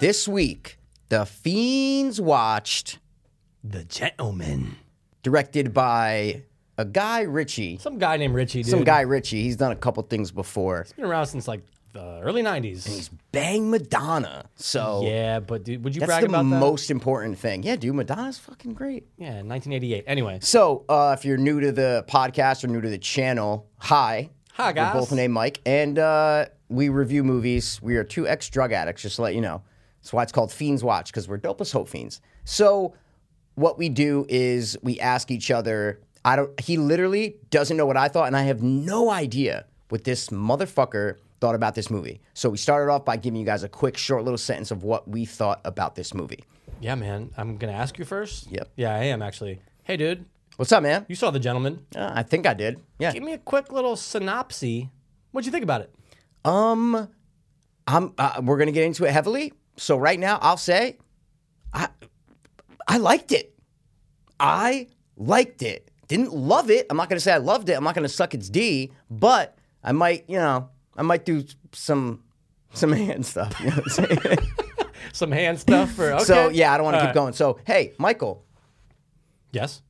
This week, The Fiends Watched, The Gentleman. directed by a guy Ritchie. Some guy named Richie, dude. Some guy Ritchie. He's done a couple things before. Been around since like the early 90s. Bang Madonna. So Yeah, but dude, would you that's brag the about that? most important thing. Yeah, dude, Madonna's fucking great. yeah, 1988. Anyway, So, uh, if you're new to the podcast or new to the channel, hi. Hi, guys. We're both named Mike, and uh, we review movies. We are two ex drug addicts, just to let you know. That's why it's called Fiends Watch, because we're dope as hope fiends. So, what we do is we ask each other, I don't, he literally doesn't know what I thought, and I have no idea what this motherfucker thought about this movie. So, we started off by giving you guys a quick, short little sentence of what we thought about this movie. yeah, man, I'm going to ask you first. Yep. Yeah, I am actually. Hey, dude, What's up, man? you saw The Gentleman. Uh, I think I did. Yeah. Give me a quick little synopsis. What'd you think about it? Um, I'm. Uh, we're gonna get into it heavily. So right now, I'll say, I, I liked it. I liked it. Didn't love it. I'm not gonna say I loved it. I'm not gonna suck its D. But I might, you know, I might do some, some hand stuff. You know what I'm saying? Some hand stuff or okay. So yeah, I don't want to All keep right. going. So hey, Michael, Yes.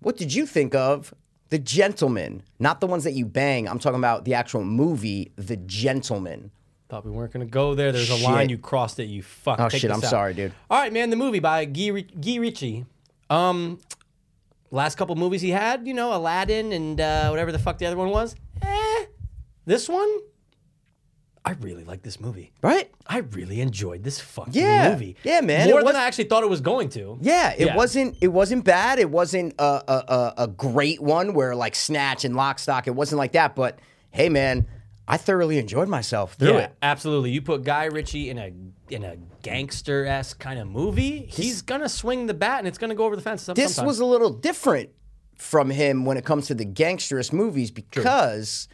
what did you think of? The Gentleman, not the ones that you bang. I'm talking about the actual movie, The Gentleman. Thought we weren't going to go there. There's a Shit. line you crossed it. You fuck. Oh Take shit, this I'm out. sorry, dude. All right, man. The movie by Guy, Ri- Guy Ritchie. Um, last couple movies he had, you know, Aladdin and uh, whatever the fuck the other one was. Eh, this one, I really like this movie. Right? I really enjoyed this fucking Yeah. movie. Yeah, man. More It than was- I actually thought it was going to. Yeah, it Yeah. wasn't it wasn't bad. It wasn't a, a, a, a great one where like snatch and lock stock. It wasn't like that. But hey, man, I thoroughly enjoyed myself through Yeah, it. absolutely. You put Guy Ritchie in a in a gangster esque kind of movie, he's gonna swing the bat and it's gonna go over the fence. some- This sometime. was a little different from him when it comes to the gangsterous movies because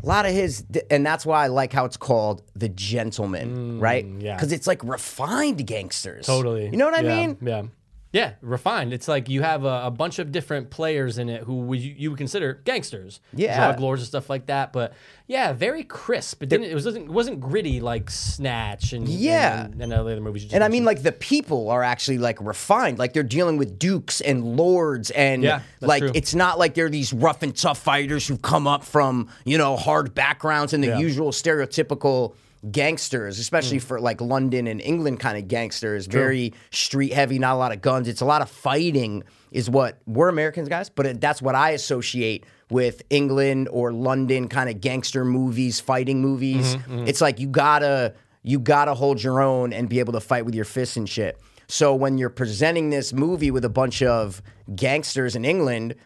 a lot of his and that's why I like how it's called the gentleman, right? Mm, yeah. because it's like refined gangsters. Totally. You know what I Yeah, mean? Yeah. Yeah, refined. It's like you have a, a bunch of different players in it who would you, you would consider gangsters, Yeah. drug lords and stuff like that. But yeah, very crisp. It didn't. It wasn't it wasn't gritty like Snatch and Yeah. and, and, and other movies. You just And I mean, like the people are actually like refined. Like they're dealing with dukes and lords, and Yeah, that's like true. it's not like they're these rough and tough fighters who come up from you know hard backgrounds and the Yeah. usual stereotypical gangsters, especially for like London and England kind of gangsters. Very street heavy, not a lot of guns. It's a lot of fighting, is what we're Americans guys, but it, that's what I associate with England or London kind of gangster movies, fighting movies. It's like you gotta you gotta hold your own and be able to fight with your fists and shit. So when you're presenting this movie with a bunch of gangsters in England,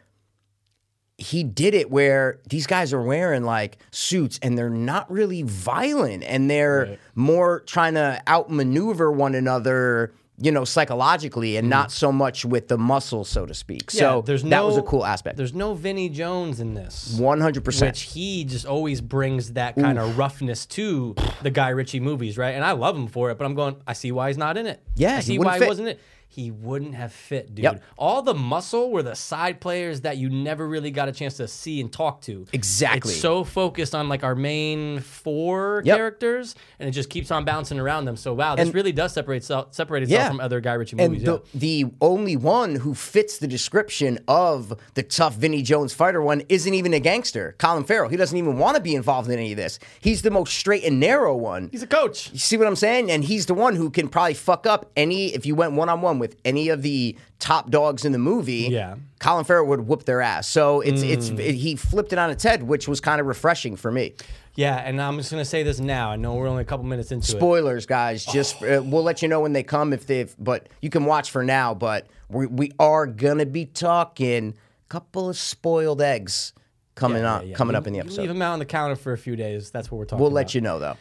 he did it where these guys are wearing like suits and they're not really violent and they're more trying to outmaneuver one another, you know, psychologically and not so much with the muscle, so to speak. Mm-hmm. Yeah, so there's that no- was a cool aspect. there's no Vinnie Jones in this. 100%. Which he just always brings that kind of roughness to the Guy Ritchie movies, right? And I love him for it, but I'm going, I see why he's not in it. Yeah, I he see wouldn't why fit. he wasn't it. He wouldn't have fit, dude. Yep. All the muscle were the side players that you never really got a chance to see and talk to. Exactly. It's so focused on like our main four Yep. characters, and it just keeps on bouncing around them. So wow, this really does separate itself, separate itself Yeah. from other Guy Ritchie and movies. yeah. the, the only one who fits the description of the tough Vinnie Jones fighter one isn't even a gangster, Colin Farrell. He doesn't even want to be involved in any of this. He's the most straight and narrow one. He's a coach. You see what I'm saying? And he's the one who can probably fuck up any if you went one on one with any of the top dogs in the movie. Yeah. Hmm. Colin Farrell would whoop their ass. So it's it's it, he flipped it on its head, which was kind of refreshing for me. Yeah, and I'm just gonna say this now. I know we're only a couple minutes into it. Spoilers, guys. Just Oh. uh, we'll let you know when they come if they. But you can watch for now. But we we are gonna be talking couple of spoiled eggs coming Yeah, up yeah. coming You- up in the you episode. Leave them out on the counter for a few days. That's what we're talking. we'll about. let you know though.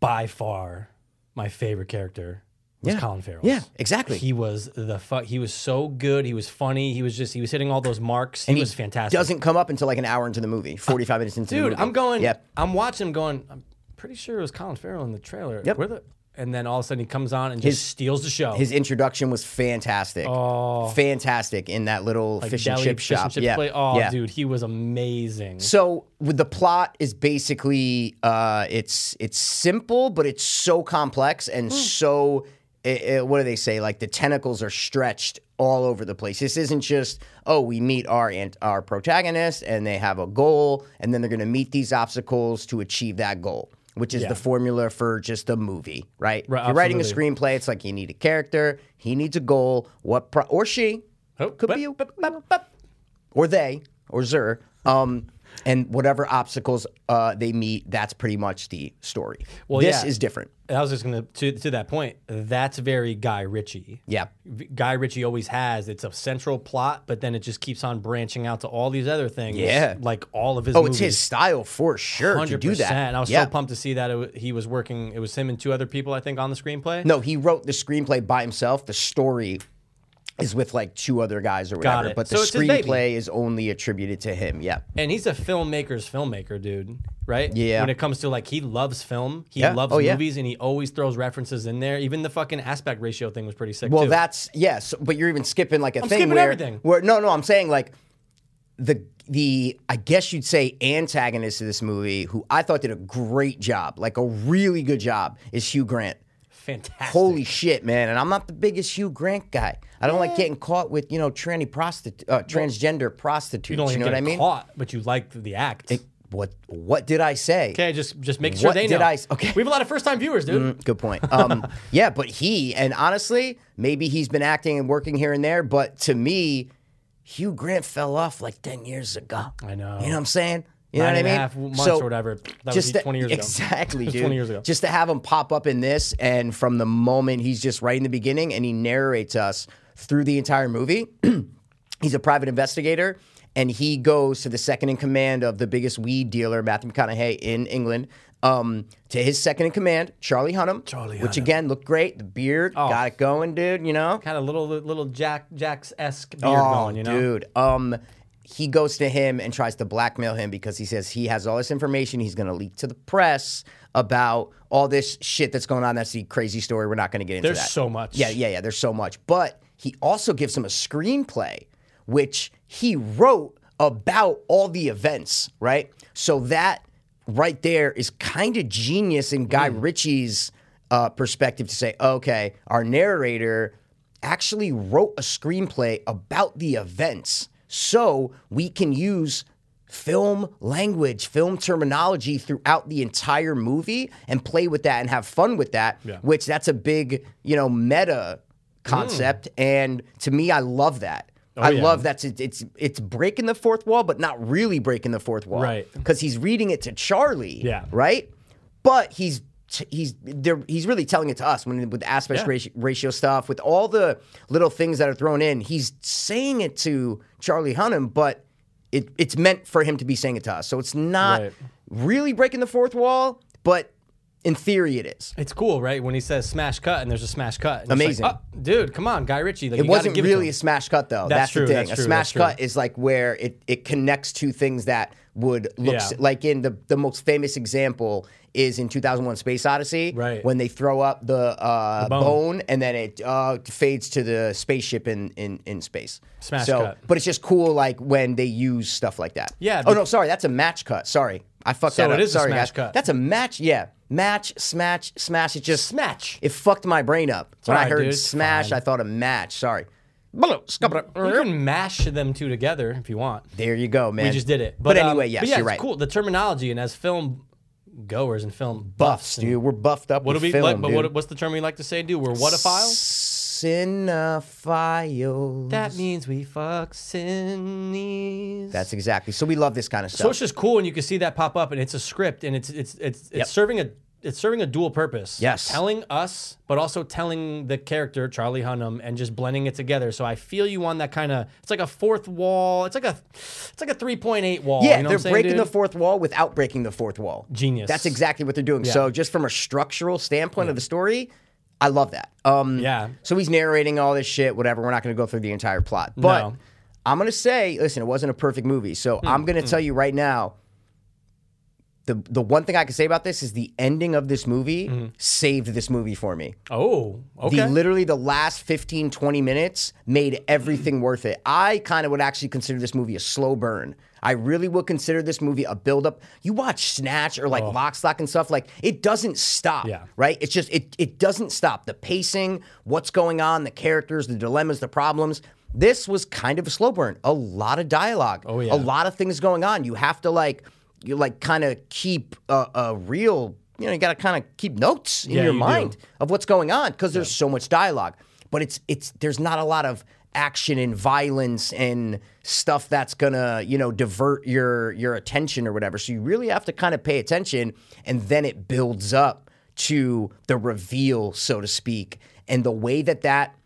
By far, my favorite character was Yeah. Colin Farrell. Yeah, exactly. He was the fuck. He was so good. He was funny. He was just. He was hitting all those marks. He was fantastic. Doesn't come up until like an hour into the movie, forty five minutes into the Dude, movie. I'm going. Yep. I'm watching him going. I'm pretty sure it was Colin Farrell in the trailer. Yep. Where the and then all of a sudden he comes on and just steals the show. His introduction was fantastic. Oh, fantastic in that little fish and Deli chip shop. and chip yeah. plate. Oh, yeah. dude, he was amazing. So with the plot is basically uh, it's it's simple, but it's so complex and Hmm. so i i what do they say? Like the tentacles are stretched all over the place. This isn't just oh we meet our ant- our protagonist and they have a goal and then they're going to meet these obstacles to achieve that goal, which is the formula for just a movie, right? Right, If You're writing a absolutely. screenplay. It's like you need a character, he needs a goal, what pro- or she Oh, could bup, be you bup, bup, bup. or they or Zer, um, and whatever obstacles uh, they meet, that's pretty much the story. Well, this yeah. is different. I was just gonna to to that point. That's very Guy Ritchie. Yeah. V- Guy Ritchie always has. It's a central plot, but then it just keeps on branching out to all these other things. Yeah. like all of his. Oh, movies. it's his style for sure to do that. And I was yeah. so pumped to see that it, wa- he was working. It was him and two other people, I think, on the screenplay. No, he wrote the screenplay by himself. The story is with like two other guys or whatever, it. but the So it's his baby. screenplay is only attributed to him. Yeah. and he's a filmmaker's filmmaker, dude. Right? Yeah. When it comes to like, he loves film. He Yeah. loves Oh, yeah. movies, and he always throws references in there. Even the fucking aspect ratio thing was pretty sick. Well, too. that's yes, but you're even skipping like a thing skipping where everything. where no, no, I'm saying like the the I guess you'd say antagonist of this movie, who I thought did a great job, like a really good job, is Hugh Grant. fantastic. Holy shit, man! And I'm not the biggest Hugh Grant guy. I don't like getting caught with you know tranny prostitute, uh, transgender prostitutes. You, don't know what I mean? Caught, but you liked the act. What What did I say? Okay, just just make sure What they did know. I s- okay. we have a lot of first time viewers, dude. Good point. Um, yeah, but he and honestly, maybe he's been acting and working here and there, but to me, Hugh Grant fell off like ten years ago. I know. You know what I'm saying? You know what Nine I and a mean? half months or whatever. That was just to- twenty years ago. exactly, was dude. 20 years ago. Just to have him pop up in this, and from the moment he's just right in the beginning, and he narrates us through the entire movie. he's a private investigator and he goes to the second in command of the biggest weed dealer matthew mcconaughey in england um, to his second in command charlie hunnam Charlie which Hunnam. Oh. again looked great the beard got it going dude you know Kind of little little Jack Jack's esque beard Oh, going, you know. dude um, he goes to him and tries to blackmail him because he says he has all this information he's going to leak to the press about all this shit that's going on that's the crazy story we're not going to get into There's that so much. yeah yeah yeah there's so much but he also gives him a screenplay which he wrote about all the events right so that right there is kind of genius in guy Mm. ritchie's uh, perspective to say okay our narrator actually wrote a screenplay about the events so we can use film language, film terminology throughout the entire movie and play with that and have fun with that, which that's a big, you know, meta concept. And to me, I love that. I Mm. Oh, yeah. love that's it, it's it's breaking the fourth wall, but not really breaking the fourth wall, Right. Because he's reading it to Charlie, Yeah. right. But he's t- he's they're, he's really telling it to us when with the aspect Yeah. ratio, ratio stuff, with all the little things that are thrown in. He's saying it to Charlie Hunnam, but it, it's meant for him to be saying it to us. So it's not Right. really breaking the fourth wall, but in theory it is. It's cool, right? When he says smash cut and there's a smash cut. And it's Amazing. like, "Oh, dude, come on, Guy Ritchie. Like, It you gotta wasn't give really a It to him. smash cut though. That's the true, thing. that's a true, smash that's true. cut is like where it, it connects two things that would look Yeah. s- like in the, the most famous example is in 2001 Space Odyssey Right. when they throw up the, uh, bone. bone. and then it uh, fades to the spaceship in, in, in space. Smash so, cut. But it's just cool like when they use stuff like that. Yeah, Oh be- no, sorry, that's a match cut. Sorry. I fucked So that it up. is a sorry, smash guys. cut. That's a match. Yeah. Match, smash, smash. It just Smash. It fucked my brain up. when I alright, heard dude, it's smash, fine. I thought a match. Sorry. Blah, scupper up. You can mash them two together if you want. There you go, man. We just did it. But, um, anyway, yes, but yeah, you're it's right. cool. The terminology and as film goers and film Buffs, buffs, and- dude. We're buffed up What do with we? film, what, but dude. what, what's the term we like to say, dude? We're whatafiles. Cinephiles. That means we fuck cines. That's exactly. So we love this kind of so stuff. it's just cool, and you can see that pop up, and it's a script, and it's it's it's it's serving a it's serving a dual purpose. Yes. telling us, but also telling the character Charlie Hunnam, and just blending it together. So I feel you on that kind of. It's like a fourth wall. It's like a it's like a three point eight wall. yeah, you know they're what I'm saying, breaking dude? the fourth wall without breaking the fourth wall. Genius. That's exactly what they're doing. So just from a structural standpoint of the story, I love that. Um, Yeah. So he's narrating all this shit, whatever. We're not going to go through the entire plot, but No. I'm going to say, listen, it wasn't a perfect movie. So I'm going to tell you right now, the the one thing I can say about this is the ending of this movie saved this movie for me. Oh, okay. The literally the last 15, 20 minutes made everything worth it. I kind of would actually consider this movie a slow burn. I really would consider this movie a buildup. You watch Snatch or like Lock, Stock, and stuff, like it doesn't stop. Oh. Yeah. Right? It's just it it doesn't stop. The pacing, what's going on, the characters, the dilemmas, the problems. This was kind of a slow burn. A lot of dialogue. Oh A yeah. lot of things going on. You have to like you like kind of keep a, a real you know you got to kind of keep notes in Yeah, your you do. mind of what's going on because there's so much dialogue but it's it's there's not a lot of action and violence and stuff that's gonna you know divert your your attention or whatever so you really have to kind of pay attention and then it builds up to the reveal so to speak and the way that that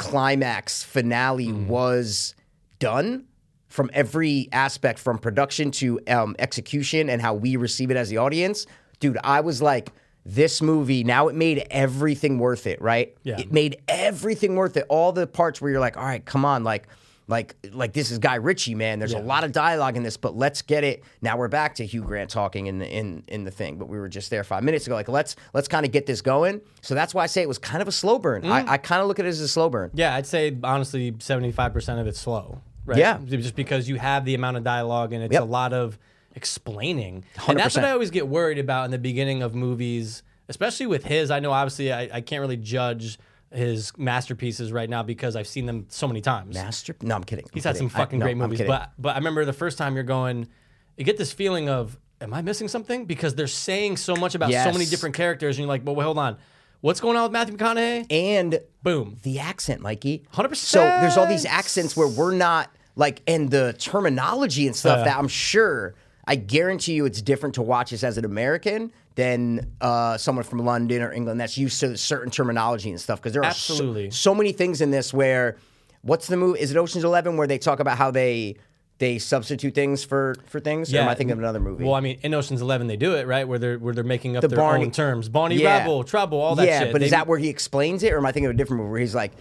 climax finale Mm. was done from every aspect from production to um, execution and how we receive it as the audience dude i was like this movie now it made everything worth it right Yeah. it made everything worth it all the parts where you're like all right come on like like like this is guy ritchie man there's a lot of dialogue in this but let's get it now we're back to hugh grant talking in the in in the thing but we were just there five minutes ago like let's let's kind of get this going so that's why i say it was kind of a slow burn Mm. i, I kind of look at it as a slow burn Yeah, I'd say honestly, seventy-five percent of it's slow. Right? Yeah. just because you have the amount of dialogue and it's Yep. a lot of explaining, and that's what 100%. I always get worried about in the beginning of movies, especially with his. I know obviously I, I can't really judge his masterpieces right now because I've seen them so many times. master no i'm kidding He's had some fucking great movies, but but I remember the first time you're going, you get this feeling of, am I missing something? Because they're saying so much about so many Yes. different characters, and you're like, well, wait, hold on, what's going on with Matthew McConaughey? and Boom. the accent, Mikey. 100%. So there's all these accents where we're not like, and the terminology and stuff that I'm sure, I guarantee you, it's different to watch this as an American than uh, someone from London or England that's used to certain terminology and stuff. Because there are so- Absolutely. so many things in this where, what's the movie? Is it Ocean's Eleven where they talk about how they they substitute things for for things? Or am I thinking of another movie? Well, I mean, in Ocean's Eleven, they do it right where they're where they're making up their Barney- own terms. Barney Yeah. Rebel, Trouble, all that yeah, shit. but They- is that where he explains it, or am I thinking of a different movie where he's like,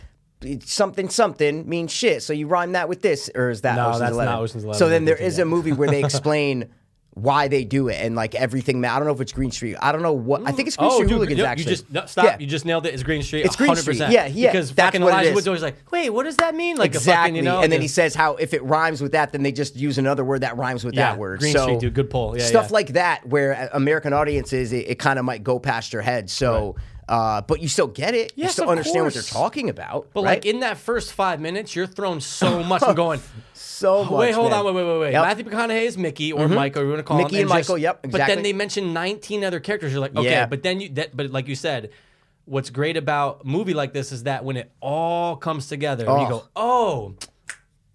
"It's something something means shit, so you rhyme that with this, or is that No, Ocean's that's not 11? Ocean's Eleven. So then I'm there thinking is a movie where they explain why they do it and like everything. ma- I don't know if it's Green Street. I don't know what. I think it's Green Oh, Street dude, Hooligans. you, you actually, just no, stop. Yeah. You just nailed it. It's Green Street. It's Green 100%. Street. Yeah, yeah, Because that's fucking what it Elijah is. Wood's always like, wait, what does that mean? Like exactly. a fucking, you know, and then the- he says how if it rhymes with that, then they just use another word that rhymes with Yeah, that word. Green so Street, dude, good pull. Yeah, stuff yeah. like that where uh, American audiences, it, it kind of might go past your head. So, uh, but you still get it. you Yes, still of understand what they're course. talking about. But right? like in that first five minutes, you're thrown so much. I'm going. so much. Oh, Wait, hold man. on, wait, wait, wait, wait. Yep. Mm-hmm. Matthew McConaughey is Mickey or Michael, you want to call Mickey him? and Michael, yep, But exactly. then they mention 19 other characters. You're like, okay, Yeah. but then you, that, but like you said, what's great about a movie like this is that when it all comes together, and you Oh. go, oh,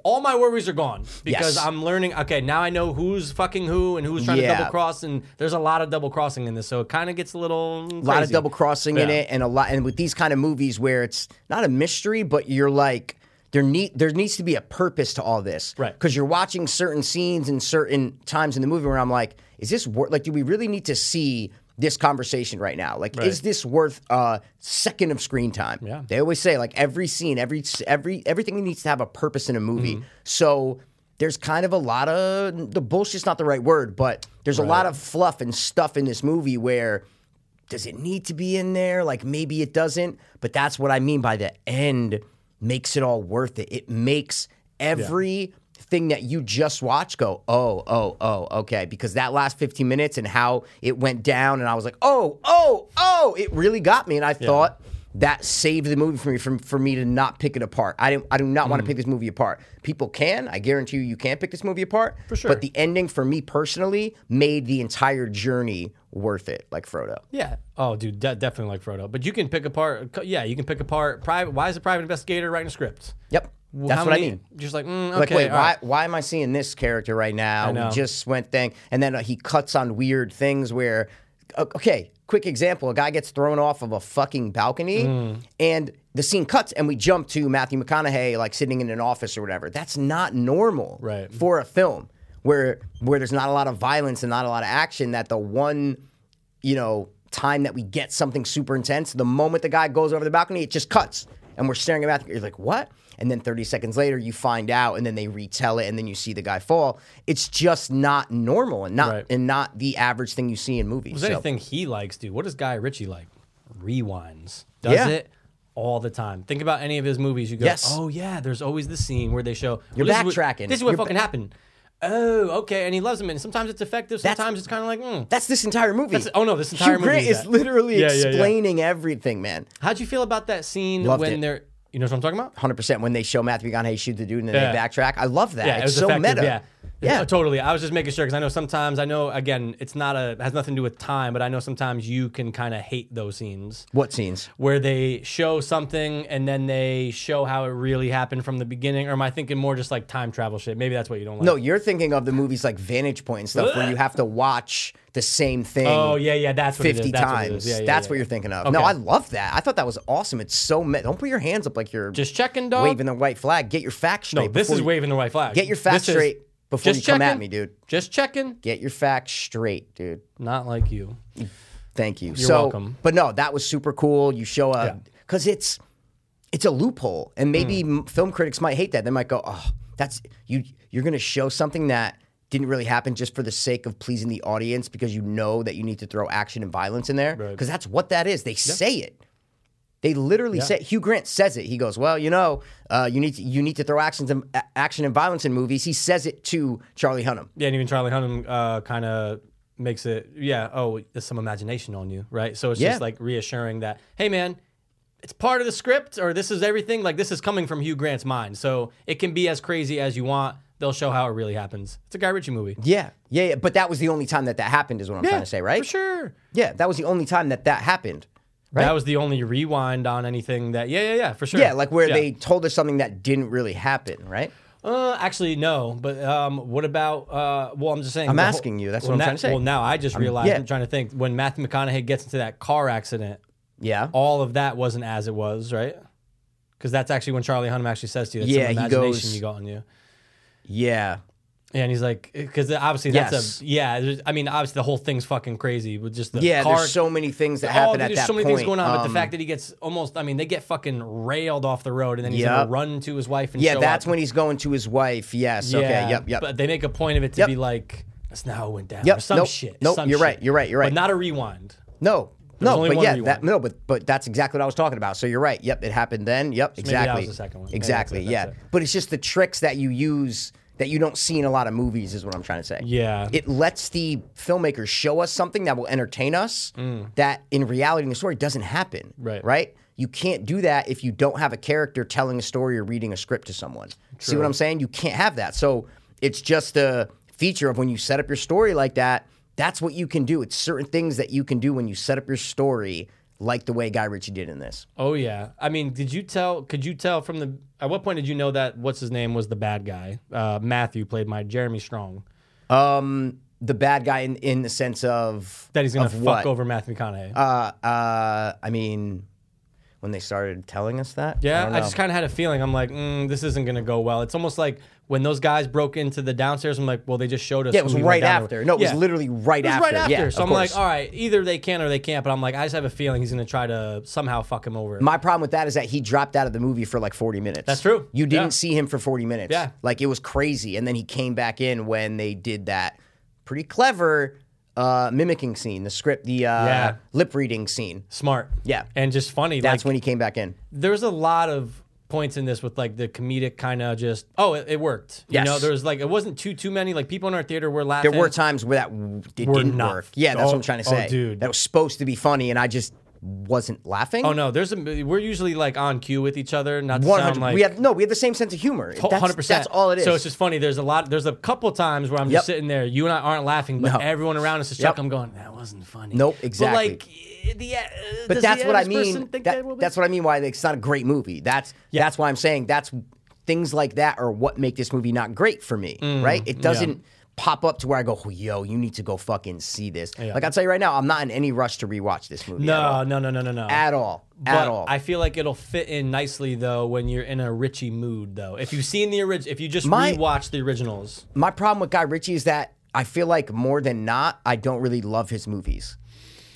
all my worries are gone because Yes. I'm learning. Okay, now I know who's fucking who and who's trying Yeah. to double cross, and there's a lot of double crossing in this, so it kind of gets a little a lot of double crossing in Yeah. it, and a lot, and with these kind of movies where it's not a mystery, but you're like there need there needs to be a purpose to all this, Right. Because you're watching certain scenes and certain times in the movie where I'm like, is this worth? Like, do we really need to see? This conversation right now, like, is this worth a second of screen time? Yeah. They always say like every scene, every every everything needs to have a purpose in a movie. Mm-hmm. So there's kind of a lot of the bullshit's not the right word, but there's a lot of fluff and stuff in this movie where does it need to be in there? Like maybe it doesn't, but that's what I mean by the end makes it all worth it. It makes everything that you just watched go, oh, oh, oh, okay. Because that last 15 minutes and how it went down, and I was like, oh, oh, oh, it really got me. And I thought that saved the movie for me from for me to not pick it apart. I didn't I do not want to pick this movie apart. People can, I guarantee you you can pick this movie apart. For sure. But the ending for me personally made the entire journey worth it, like Frodo. Yeah. Oh, dude, de- definitely like Frodo. But you can pick apart. Yeah, you can pick apart. Private. Why is a private investigator writing a script? Yep. Well, That's how what I many- mean. Just like, mm, okay, Like, wait, all why, right. why am I seeing this character right now? know. We just went thing. And then uh, he cuts on weird things where, o- okay, quick example a guy gets thrown off of a fucking balcony Mm. and the scene cuts and we jump to Matthew McConaughey like sitting in an office or whatever. That's not normal Right. for a film where where there's not a lot of violence and not a lot of action that the one you know, time that we get something super intense, the moment the guy goes over the balcony, it just cuts. And we're staring at Matthew. You're like, what? and then 30 seconds later you find out and then they retell it and then you see the guy fall. It's just not normal and not Right. and not the average thing you see in movies. Is So- there anything he likes, dude? What does Guy Ritchie like? Rewinds. Does Yeah. it all the time. Think about any of his movies. You go, Yes. oh yeah, there's always the scene where they show You're well, this Is backtracking. what, this is what You're fucking happened. Oh, okay. And he loves him, and sometimes it's effective. Sometimes it's kind of like, mm. That's this entire movie. That's- oh, no, this entire Hugh movie Grant is is that. literally Yeah, yeah, yeah. explaining everything, man. how'd you feel about that scene Loved when it. they're, you know what I'm talking about? Hundred percent. When they show Matthew McConaughey shoot the dude and then they Yeah. backtrack, I love that. it it's was so effective, meta. Yeah. yeah. Uh, totally. I was just making sure because I know sometimes I know again it's not a has nothing to do with time, but I know sometimes you can kind of hate those scenes. What scenes? where they show something and then they show how it really happened from the beginning? Or am I thinking more just like time travel shit? Maybe that's what you don't like. No, you're thinking of the movies like Vantage Point and stuff where you have to watch the same thing. Oh yeah, yeah, that's what it is. 50 That's What it times. is. Yeah, yeah, That's yeah. what you're thinking of. No, Okay. I love that. I thought that was awesome. It's so meta. Don't put your hands up like you're Just checking, dog. waving the white flag. Get your facts no, straight. this before is you- waving the white flag. Get your facts This is- straight before you just come at checking. me, dude. Just checking. Get your facts straight, dude. Not like you. Thank you. so, welcome. But no, that was super cool. You show up because it's it's a loophole, and maybe Hmm. m film critics might hate that. They might go, "Oh, that's you. You're going to show something that didn't really happen just for the sake of pleasing the audience because you know that you need to throw action and violence in there Right. because that's what that is. They say it. They literally say Hugh Grant says it. He goes, "Well, you know, uh, you need to, you need to throw actions and a- action and violence in movies." He says it to Charlie Hunnam. Yeah, and even Charlie Hunnam uh, kind of makes it. Yeah. Oh, there's some imagination on you, right? So it's Yeah. just like reassuring that, hey, man. It's part of the script, or this is everything. Like this is coming from Hugh Grant's mind, so it can be as crazy as you want. They'll show how it really happens. It's a Guy Ritchie movie. Yeah, yeah, yeah. But that was the only time that that happened, is what I'm trying to say, right? For sure. Yeah, that was the only time that that happened. That was the only rewind on anything that. Yeah, yeah, yeah, for sure. Yeah, like where Yeah. they told us something that didn't really happen, right? Uh, actually, no. But um, what about? Uh, well, I'm just saying. I'm asking you, that's what I'm trying to say. Well, now I just realized. yeah. I'm trying to think. When Matthew McConaughey gets into that car accident, Yeah. all of that wasn't as it was, right? Because that's actually when Charlie Hunnam actually says to you, that's Yeah, some he imagination goes- you got on you. Yeah. Yeah, and he's like, because obviously that's Yes. a yeah. there's- I mean, obviously the whole thing's fucking crazy with just the Yeah, car there's so many things that all happen at there's that so many point. things going on, but Um, the fact that he gets almost—I mean, they get fucking railed off the road, and then he's Yep. gonna run to his wife and yeah, show that's up. when he's going to his wife. Yes. Yeah, Okay. Yep. Yep. But they make a point of it to Yep. be like, "That's not how it went down." Yep, Or some nope, shit. nope, some you're shit. right, you're right, you're right. But not a rewind. no. No, only but one yeah, rewind. that, no, but but that's exactly what I was talking about. So you're right. Yep, it happened then. Yep, maybe that exactly. was the second one. Maybe that's Exactly. it, that's yeah, it. but it's just the tricks that you use that you don't see in a lot of movies is what I'm trying to say. Yeah. it lets the filmmakers show us something that will entertain us that in reality in the story doesn't happen. Mm. Right. Right? You can't do that if you don't have a character telling a story or reading a script to someone. See what I'm saying? You can't have that. So it's just a feature of when you set up your story like that, that's what you can do. It's certain things that you can do when you set up your story like the way Guy Ritchie did in this. Oh yeah. I mean, did you tell? Could you tell from the? At what point did you know that what's his name was the bad guy? Uh, Matthew played by Jeremy Strong. Um the bad guy in, in the sense of That he's gonna of fuck what? over Matthew McConaughey. Uh, uh, I mean, when they started telling us that, Yeah, don't I, know. just kind of had a feeling. I'm like, mm, this isn't gonna go well. It's almost like when those guys broke into the downstairs. I'm like, well, they just showed us. Yeah, it was right after. No, it was literally. literally right It was after. right after. Yeah, so of I'm like, oh. course. all right, either they can or they can't. But I'm like, I just have a feeling he's gonna try to somehow fuck him over. My problem with that is that he dropped out of the movie for like 40 minutes. That's true. You didn't Yeah. see him for 40 minutes. Yeah. Like it was crazy. And then he came back in when they did that pretty clever uh, mimicking scene, the script, the uh, Yeah. lip reading scene. Smart. Yeah. And just funny. That's like when he came back in. there's a lot of points in this with like the comedic kind of just oh it, it worked. Yes. You know, there was like it wasn't too too many like people in our theater were laughing. There were times where that w- it Were didn't not- work. Yeah, that's what I'm Oh, trying to oh, say. dude. That was supposed to be funny, and I just wasn't laughing. Oh no, there's a we're usually like on cue with each other, not to One sound hundred. like we have no. We have the same sense of humor. That's- hundred percent. That's all it is. So it's just funny. There's a lot. There's a couple times where I'm Yep. just sitting there. You and I aren't laughing, but No. everyone around us is Yep. chuckling. I'm going. That wasn't funny. Nope, But exactly. like eh, the. Uh, but does that's the what I average person mean. think that- that will be? that's what I mean. Why it's not a great movie. That's that's why I'm saying that's things like that are what make this movie not great for me. Mm, right? It doesn't pop up to where I go, oh, yo, you need to go fucking see this. Like I'll tell you right now, I'm not in any rush to rewatch this movie. at all. No, no, no, no, no, no. at all, at But all. I feel like it'll fit in nicely though when you're in a Richie mood though. If you've seen the original, if you just My- rewatch the originals, My problem with Guy Ritchie is that I feel like more than not, I don't really love his movies.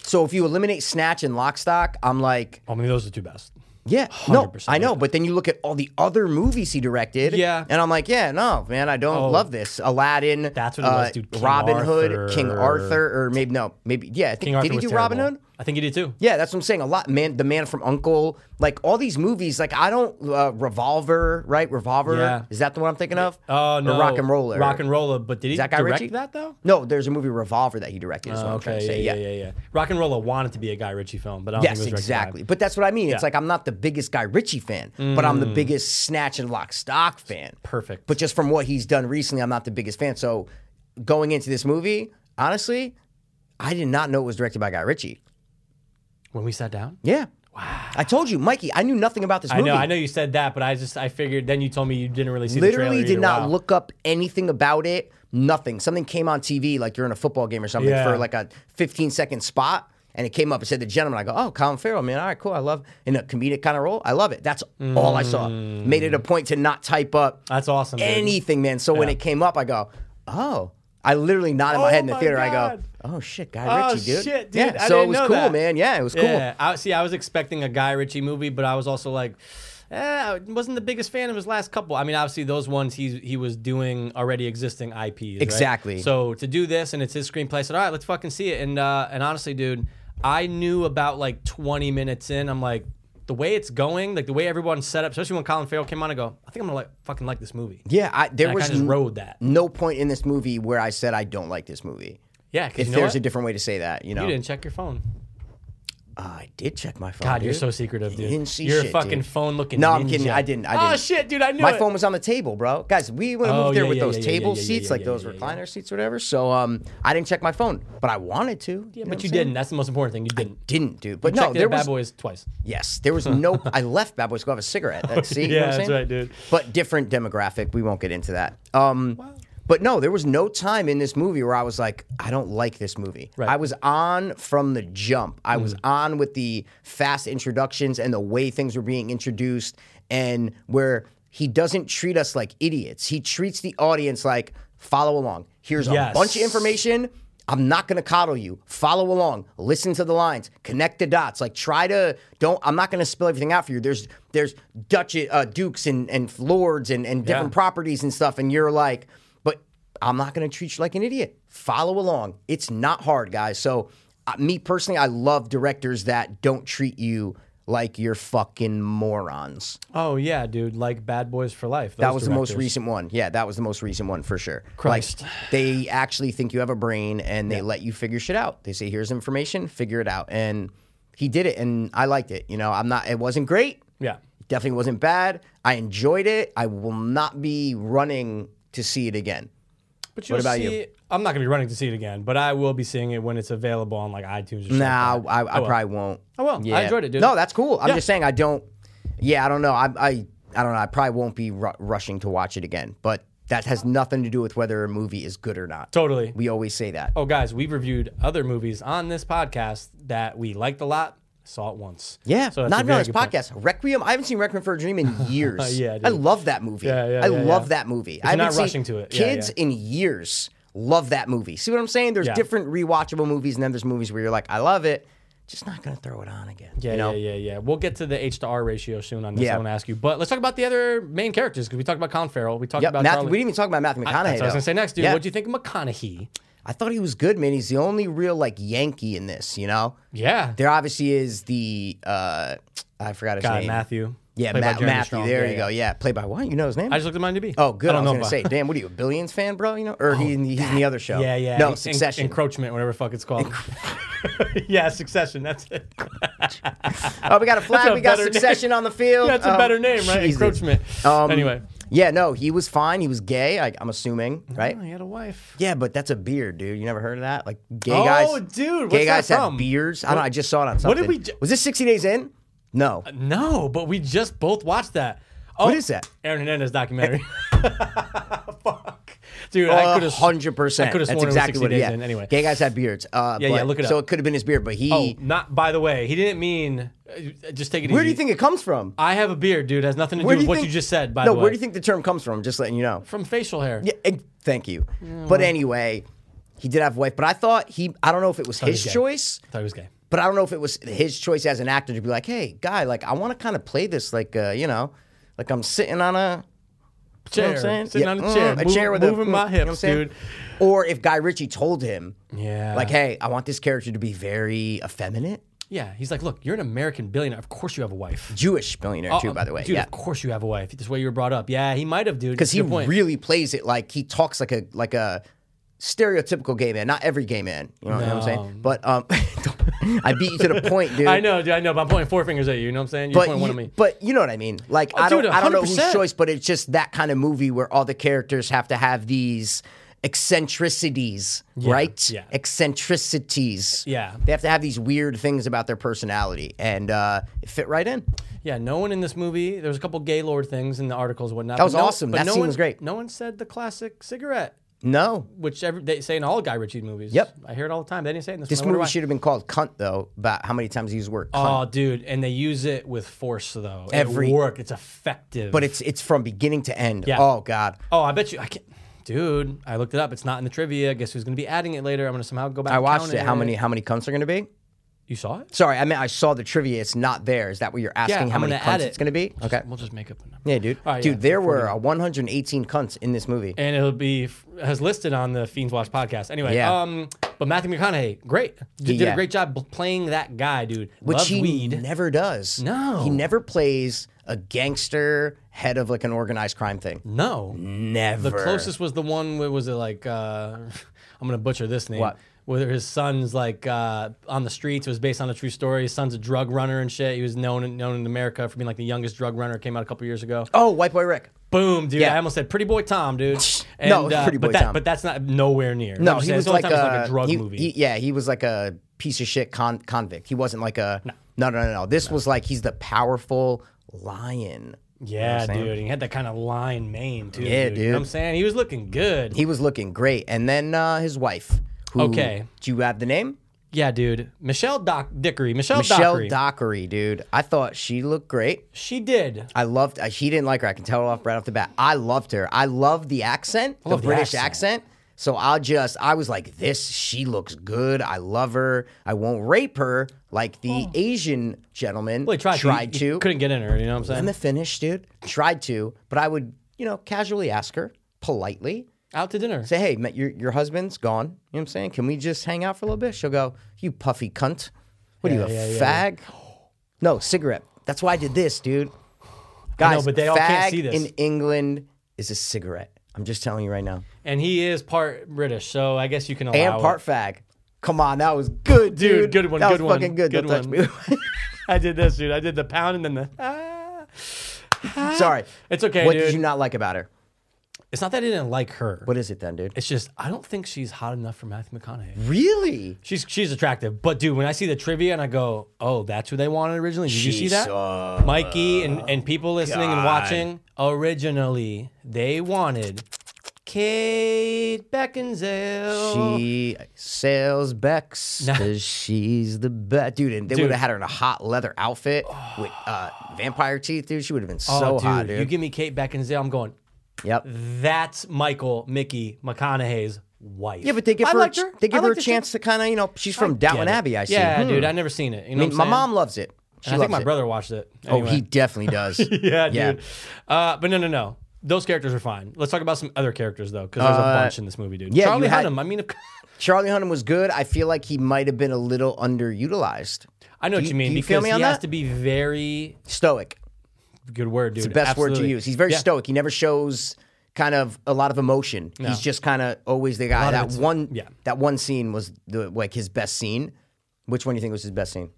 So if you eliminate Snatch and Lock, Stock, I'm like, I mean those are the two best. Yeah, no, 100% I know. But then you look at all the other movies he directed. Yeah. Oh. and I'm like, yeah, no, man, I don't love this. Aladdin. uh, That's what it was, dude. King Robin Hood, King Arthur. Arthur, or maybe no, maybe yeah. I think, King Arthur did he was do terrible. Robin Hood? I think he did too. Yeah, that's what I'm saying. A lot, man. The Man from Uncle, like all these movies, like I don't uh, Revolver, right? Revolver Yeah. is that the one I'm thinking of? Oh Or no, Rock and Roller, Rock and Roller. But did he that Guy direct Ritchie? that though? No, there's a movie Revolver that he directed. Is what I'm trying to Oh, Okay, say. yeah, Yeah, yeah, yeah, yeah. Rock and Roller wanted to be a Guy Ritchie film, but I don't Yes, think it was directed by him. exactly. But that's what I mean. It's Yeah. Mm. like I'm not the biggest Guy Ritchie fan, but I'm the biggest Snatch and Lock Stock fan. Perfect. But just from what he's done recently, I'm not the biggest fan. So going into this movie, honestly, I did not know it was directed by Guy Ritchie. when we sat down, Yeah. Wow. I told you, Mikey, I knew nothing about this I movie. know, I know you said that, but I just I figured. Then you told me you didn't really see. the Literally trailer did either. not Wow. look up anything about it. Nothing. Something came on TV, like you're in a football game or something, Yeah. for like a 15 second spot. And it came up. It said the gentleman. I go, oh, Colin Farrell, man. All right, cool. I love in a comedic kind of role. I love it. That's all I saw. Made it a Mm. point to not type up That's awesome. dude. anything, man. So when it came up, I go, oh. I literally nodded my Oh head in the my theater. I go, God. oh shit, Guy Oh, Ritchie, dude. shit, dude. Yeah, I so didn't it was know cool, that. man. Yeah, it was cool. Yeah, I, see, I was expecting a Guy Ritchie movie, but I was also like, eh, I wasn't the biggest fan of his last couple. I mean, obviously those ones he he was doing already existing IPs. right? Exactly. So to do this and it's his screenplay, I said, all right, let's fucking see it. And uh, and honestly, dude, I knew about like 20 minutes in, I'm like. The way it's going, like the way everyone's set up, especially when Colin Farrell came on, I go, I think I'm gonna like fucking like this movie. Yeah, I, there And I was kind of just n- rode that. no point in this movie where I said I don't like this movie. Yeah, because If you know there's what? a different way to say that, you know. Ah, you didn't check your phone. I did check my phone. God, you're dude. so secretive, dude. didn't see you're a shit, fucking dude. phone looking. No, I'm kidding. ninja. I didn't. I Oh didn't. shit, dude, I knew My it. phone was on the table, bro. Guys, we would have Oh, moved there yeah, with yeah, those yeah, yeah, table yeah, yeah, seats, yeah, like yeah, those yeah, yeah. recliner seats, or whatever. So um, I didn't check my phone, but I wanted to. Yeah, But you didn't. That's the most important thing. You didn't. Didn't, dude. But Checked no, it there at was Bad Boys twice. yes, there was no. I left Bad Boys to go have a cigarette. That, see, you know what I'm saying? dude. but different demographic. We won't get into that. Um, But no, there was no time in this movie where I was like, I don't like this movie. Right. Mm. I was on from the jump. I was on with the fast introductions and the way things were being introduced, and where he doesn't treat us like idiots. He treats the audience like, follow along. Here's Yes. a bunch of information. I'm not going to coddle you. Follow along. Listen to the lines. Connect the dots. Like try to don't. I'm not going to spill everything out for you. There's there's Dutch uh, dukes and and lords and and different Yeah. properties and stuff. And you're like, but I'm not going to treat you like an idiot. Follow along. It's not hard, guys. So uh, me personally, I love directors that don't treat you like you're fucking morons. Oh yeah, dude. Like Bad Boys for Life. That was the most recent one. Yeah, that was the most recent one for sure. Christ. Like, they actually think you have a brain and they let you figure shit out. They say, here's information, figure it out. And he did it and I liked it. You know, I'm not, it wasn't great. Yeah. Definitely wasn't bad. I enjoyed it. I will not be running to see it again. But you'll about you? see, I'm not gonna be running to see it again, but I will be seeing it when it's available on like iTunes. Or something. Nah, I, I will. probably won't. Oh, I will. I enjoyed it, dude. No, that's cool. I'm Yeah. just saying I don't. Yeah, I don't know. I I, I don't know. I probably won't be ru- rushing to watch it again. But that has nothing to do with whether a movie is good or not. Totally. We always say that. oh guys, we've reviewed other movies on this podcast that we liked a lot. Saw it once. Yeah, So that's not even a on very this good point. podcast. Requiem. I haven't seen Requiem for a Dream in years. Yeah, dude. I love that movie. Yeah, yeah, I yeah, love yeah. that movie. I'm not rushing to it. Yeah, Kids in years love that movie. See what I'm saying? There's Yeah. different rewatchable movies, and then there's movies where you're like, I love it, just not gonna throw it on again. Yeah, you know? yeah, yeah, yeah. We'll get to the H to R ratio soon on this. Yeah. I want to ask you, but let's talk about the other main characters because we talked about Colin Farrell. We talked Yep, about Matthew- Charlie. we didn't even talk about Matthew McConaughey. That's what I was though. gonna say next, dude. Yeah. What do you think of McConaughey? I thought he was good, man. He's the only real like Yankee in this, you know. Yeah, There obviously is the uh I forgot his God, name. Matthew. Yeah, Played by Matt, Jeremy Matthew. Strong. There Yeah, you yeah. go. Yeah, played by what? You know his name? I just looked at him on IMDb. oh, good. I, I don't was know gonna if I- say, damn, what are you, a Billions fan, bro? You know, or he, he's in the other show. Yeah, yeah. No, En- Succession. en- encroachment, whatever the fuck it's called. yeah, Succession. That's it. oh, we got a flag. a we got better name. Succession on the field. That's a Oh, better name, right? Jesus. Encroachment. Um, anyway, yeah, no, he was fine. He was gay. I, I'm assuming, right? Oh, he had a wife. Yeah, but that's a beard, dude. You never heard of that? Like gay Oh, guys. dude, gay what's that guys from? have beards. I don't. know, I just saw it on What something. did we ju- Uh, Was this 60 Days In? No. No, but we just both watched that. Oh, What is that? Aaron Hernandez documentary. fuck, dude, I could A have hundred percent. I could have That's sworn exactly it was 60 what. days yeah. in. Anyway, gay guys have beards. Uh, yeah, but- look it So up. it could have been his beard, but he. oh, not by the way, he didn't mean. uh, Just take it easy. where do you think it comes from? I have a beard, dude? It has nothing to Where do do with you what think- you just said. By no, the way, where do you think the term comes from? Just letting you know. from facial hair? Yeah, and thank you. But anyway, he did have a wife. But I thought he. I don't know if it was was his gay. choice, I thought he was gay. But I don't know if it was his choice as an actor to be like, "Hey, guy, like I want to kind of play this like uh, you know, like I'm sitting on a you know chair, what I'm saying? sitting Yeah, on a mm, chair, a chair with a- moving my mm, you know what I'm hips, saying? dude. Or if Guy Ritchie told him, Yeah. like, hey, I want this character to be very effeminate, Yeah, he's like, look, you're an American billionaire. Of course you have a wife. Jewish billionaire too, by the way, dude. yeah, Of course you have a wife. This way you were brought up. Yeah, he might have, dude. because he Good point. really plays it like he talks like a like a stereotypical gay man, not every gay man, you know, what I'm saying? But um, I beat you to the point, dude. I know, dude. I know. But I'm pointing four fingers at you. You know what I'm saying? You're But pointing you, one at me. Oh, but you know what I mean. Like I don't dude, I don't know whose 100%. choice, but it's just that kind of movie where all the characters have to have these eccentricities, right? yeah. Eccentricities. Yeah. They have to have these weird things about their personality, and uh, it fit right in. Yeah, no one in this movie. There was a couple gaylord things in the articles and whatnot. That was but no- awesome. but That no scene one, was great. No one said the classic cigarette, No, which every, they say in all Guy Ritchie movies. Yep. I hear it all the time. They didn't say it in this, this one. I wonder movie why. should have been called "Cunt," though. About how many times he used the word "cunt." Oh, dude, and they use it with force though. Every- it work, it's effective. but it's it's from beginning to end. Yeah. Oh God. oh, I bet you, I can't, dude. I looked it up. It's not in the trivia. Guess who's going to be adding it later? I'm going to somehow go back. I and watched count it. How many how many cunts are going to be? You saw it? Sorry, I mean I saw the trivia. It's not there. Is that what you're asking? how I'm many gonna cunts add it. it's going to be? Okay. We'll just make up a number. Yeah, dude. All right, dude, yeah, there were uh, 118 cunts in this movie. And it'll be as listed on the Fiends Watch podcast. Anyway, Yeah. um, but Matthew McConaughey, great, did, did Yeah. a great job bl- playing that guy, dude. which Loves he weed. never does. No. He never plays a gangster head of like an organized crime thing. no, Never. the closest was the one. Where was it like? Uh, I'm going to butcher this name. What? Whether his son's like uh, on the streets, it was based on a true story. His son's a drug runner and shit. He was known known in America for being like the youngest drug runner. Came out a couple years ago. Oh, White Boy Rick. Boom, dude! Yeah. I almost said Pretty Boy Tom, dude. uh, No, Pretty but Boy that, Tom. But that's not nowhere near. No, I'm he saying was it's the only like, time it's a, like a drug he- movie. he- yeah, he was like a piece of shit con- convict. He wasn't like a. No, no, no, no. This was like he's the powerful lion. Yeah, what I'm saying? dude. He had that kind of line mane too. Yeah, You know what I'm dude. saying? He was looking good. He was looking great. And then uh, his wife. Who, Okay. Do you have the name? yeah, dude. Michelle Doc Dickery. Michelle, Michelle Dockery. Dockery, dude. I thought she looked great. she did. I loved. Uh, he didn't like her. I can tell her off right off the bat. I loved her. I love the accent, the love the British accent. accent. So I just, I was like, this. She looks good. I love her. I won't rape her like the Asian gentleman Oh. Well, he tried, to. He- he to. Couldn't get in her, you know what I'm I'm saying? the finish, dude. Tried to, but I would, you know, casually ask her politely. Out to dinner. Say, hey, met your your husband's gone. You know what I'm saying? Can we just hang out for a little bit? She'll go, you puffy cunt. What are you, a yeah, yeah, fag? No, cigarette. That's why I did this, dude. Guys, but they all fag can't see this. in England is a cigarette. I'm just telling you right now. And he is part British, so I guess you can allow And it. part fag. Come on, that was good, dude. Dude, good one, That good was one, fucking good. good Don't one. touch me. I did this, dude. I did the pound and then the ah. Sorry. It's okay, What dude. did you not like about her? It's not that I didn't like her. What is it then, dude? It's just I don't think she's hot enough for Matthew McConaughey. Really? She's she's attractive, but dude, when I see the trivia and I go, "Oh, that's who they wanted originally." Did you see She's, that, uh, Mikey and and people listening and watching? Originally, they wanted Kate Beckinsale. She sells Bex because she's the best. Dude, and they would have had her in a hot leather outfit with uh, vampire teeth, dude. She would have been Oh, so dude, hot, dude. You give me Kate Beckinsale, I'm going. yep. That's Michael Mickey McConaughey's wife. Yeah, but they give I her, a liked ch- they I give her a liked that she- chance to kind of, you know, she's from Get Downton it. Abbey, I see. Yeah, Hmm. dude, I never seen it. You know, I what mean, I'm my saying? mom loves it. She And I loves think my it. brother watched it. Oh, Anyway. he definitely does. yeah, Yeah. dude. Uh, but no, no, no. Those characters are fine. Let's talk about some other characters though, because there's a bunch in this movie, dude. Uh, yeah, Charlie you had- Hunnam. I mean, of c- Charlie Hunnam was good. I feel like he might have been a little underutilized. I know what you- you, mean do you because feel me he on has that? to be very Stoic. good word, dude. best word Absolutely. to use. He's very Yeah. stoic. He never shows kind of a lot of emotion. He's just kind of always the guy. That it's- one, yeah. that one scene was the like his best scene. Which one do you think was his best scene?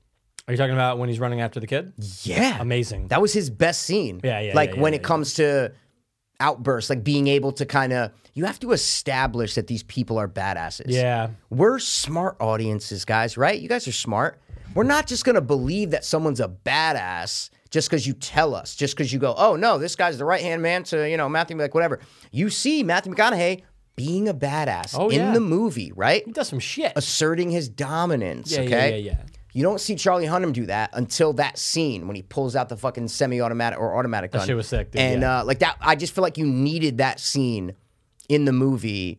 Are you talking about when he's running after the kid? Yeah, Amazing. That was his best scene. Yeah, yeah, Like yeah, yeah, when yeah, it comes to outbursts, like being able to kind of you have to establish that these people are badasses. Yeah. We're smart audiences, guys, right? You guys are smart. We're not just going to believe that someone's a badass just because you tell us, just because you go, oh, no, this guy's the right hand man to, you know, Matthew, like whatever. You see Matthew McConaughey being a badass Oh, in yeah. the movie, right? He does some shit. Asserting his dominance, Yeah, yeah, okay? yeah, yeah. You don't see Charlie Hunnam do that until that scene when he pulls out the fucking semi automatic or automatic gun. shit was sick, dude, And yeah. uh, like that, I just feel like you needed that scene in the movie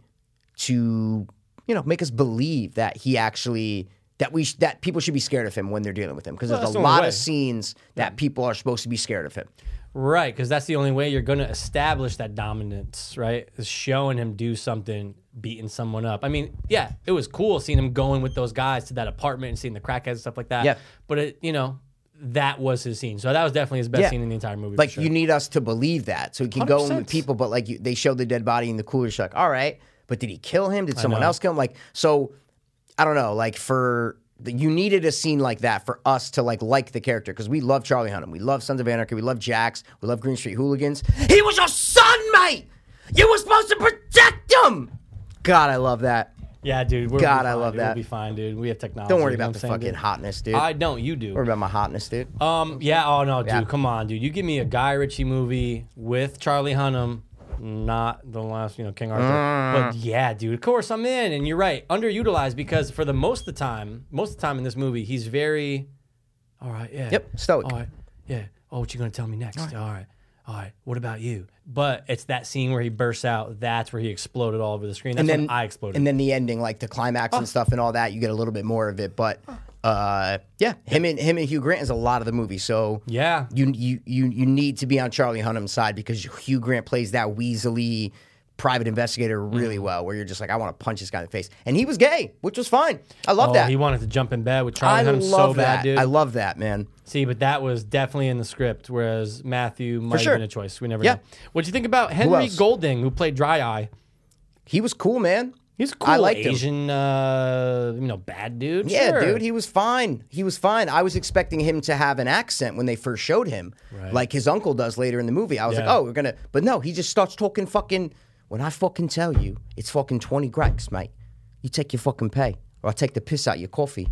to you know make us believe that he actually that we sh- that people should be scared of him when they're dealing with him because Well, there's that's a the only lot way. of scenes that people are supposed to be scared of him. Right, because that's the only way you're going to establish that dominance, right? Is showing him do something, beating someone up. I mean, yeah, it was cool seeing him going with those guys to that apartment and seeing the crackheads and stuff like that. Yeah. But, it, you know, that was his scene. So that was definitely his best Yeah. scene in the entire movie. for Like sure. you need us to believe that so he can go in with 100%. people, but like you, they showed the dead body in the cooler. She's like, all right, but did he kill him? Did someone else kill him? Like so, I don't know. Like for you needed a scene like that for us to like like the character because we love Charlie Hunnam, we love Sons of Anarchy, we love Jax, we love Green Street Hooligans. He was your son, mate. You were supposed to protect him. God, I love that. yeah, dude. We're, God, we'll be I fine, love dude. that. We'll be fine, dude. We have technology. Don't worry you know about the what I'm saying, fucking dude? hotness, dude. I don't. You do. Worry about my hotness, dude. Um. Yeah. Oh no, dude. Come on, dude. You give me a Guy Ritchie movie with Charlie Hunnam, not the last, you know, King Arthur. Mm. But yeah, dude. Of course, I'm in. And you're right, underutilized because for the most of the time, most of the time in this movie, he's very, all right, yeah. Yep, stoic. All right, yeah. Oh, what you gonna tell me next? All right. all right. what about you? But it's that scene where he bursts out. That's where he exploded all over the screen. That's and then when I exploded. Ah. and then the ending, like the climax and stuff and all that. You get a little bit more of it, but uh, yeah, him and him and Hugh Grant is a lot of the movie. So yeah. you you you you need to be on Charlie Hunnam's side because Hugh Grant plays that weaselly private investigator Mm. really well, where you're just like, I want to punch this guy in the face, and he was gay, which was fine. I love Oh, that. he wanted to jump in bed with I Charlie Hunnam love so that. bad, dude. I love that, man. See, but that was definitely in the script, whereas Matthew might sure. have been a choice. We never Yeah. know. What'd you think about Henry else? Golding, who played Dry Eye? He was cool, man. He's a cool I liked him. Asian, uh, you know, bad dude. Yeah, Sure. dude, he was fine. He was fine. I was expecting him to have an accent when they first showed him, Right. like his uncle does later in the movie. I was like, Yeah. oh, we're gonna, but no, he just starts talking fucking. When I fucking tell you, it's fucking twenty Greeks, mate. You take your fucking pay, or I take the piss out of your coffee.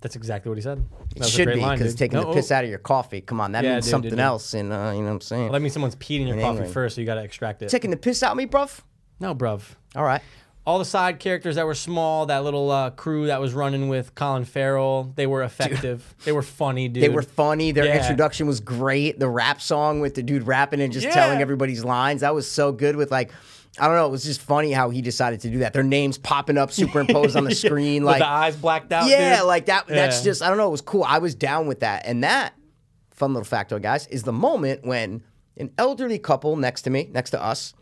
That's exactly what he said. That It was a should great be line, because dude. taking No, the piss oh, out of your coffee. Come on, that Yeah, means dude, something dude, dude. else, and uh, you know what I'm saying. That means someone's peeing in your coffee England. first, so you got to extract it. taking the piss out of me, bruv. no, bruv. All right. All the side characters that were small, that little uh, crew that was running with Colin Farrell, they were effective. They were funny, dude. They were funny. Their Yeah. introduction was great. The rap song with the dude rapping and just telling Yeah. everybody's lines. That was so good with like I don't know, it was just funny how he decided to do that. Their names popping up superimposed on the screen with like the eyes blacked out. Yeah, dude. like that that's Yeah. just I don't know, it was cool. I was down with that. And that fun little factoid guys is the moment when an elderly couple next to me, next to us,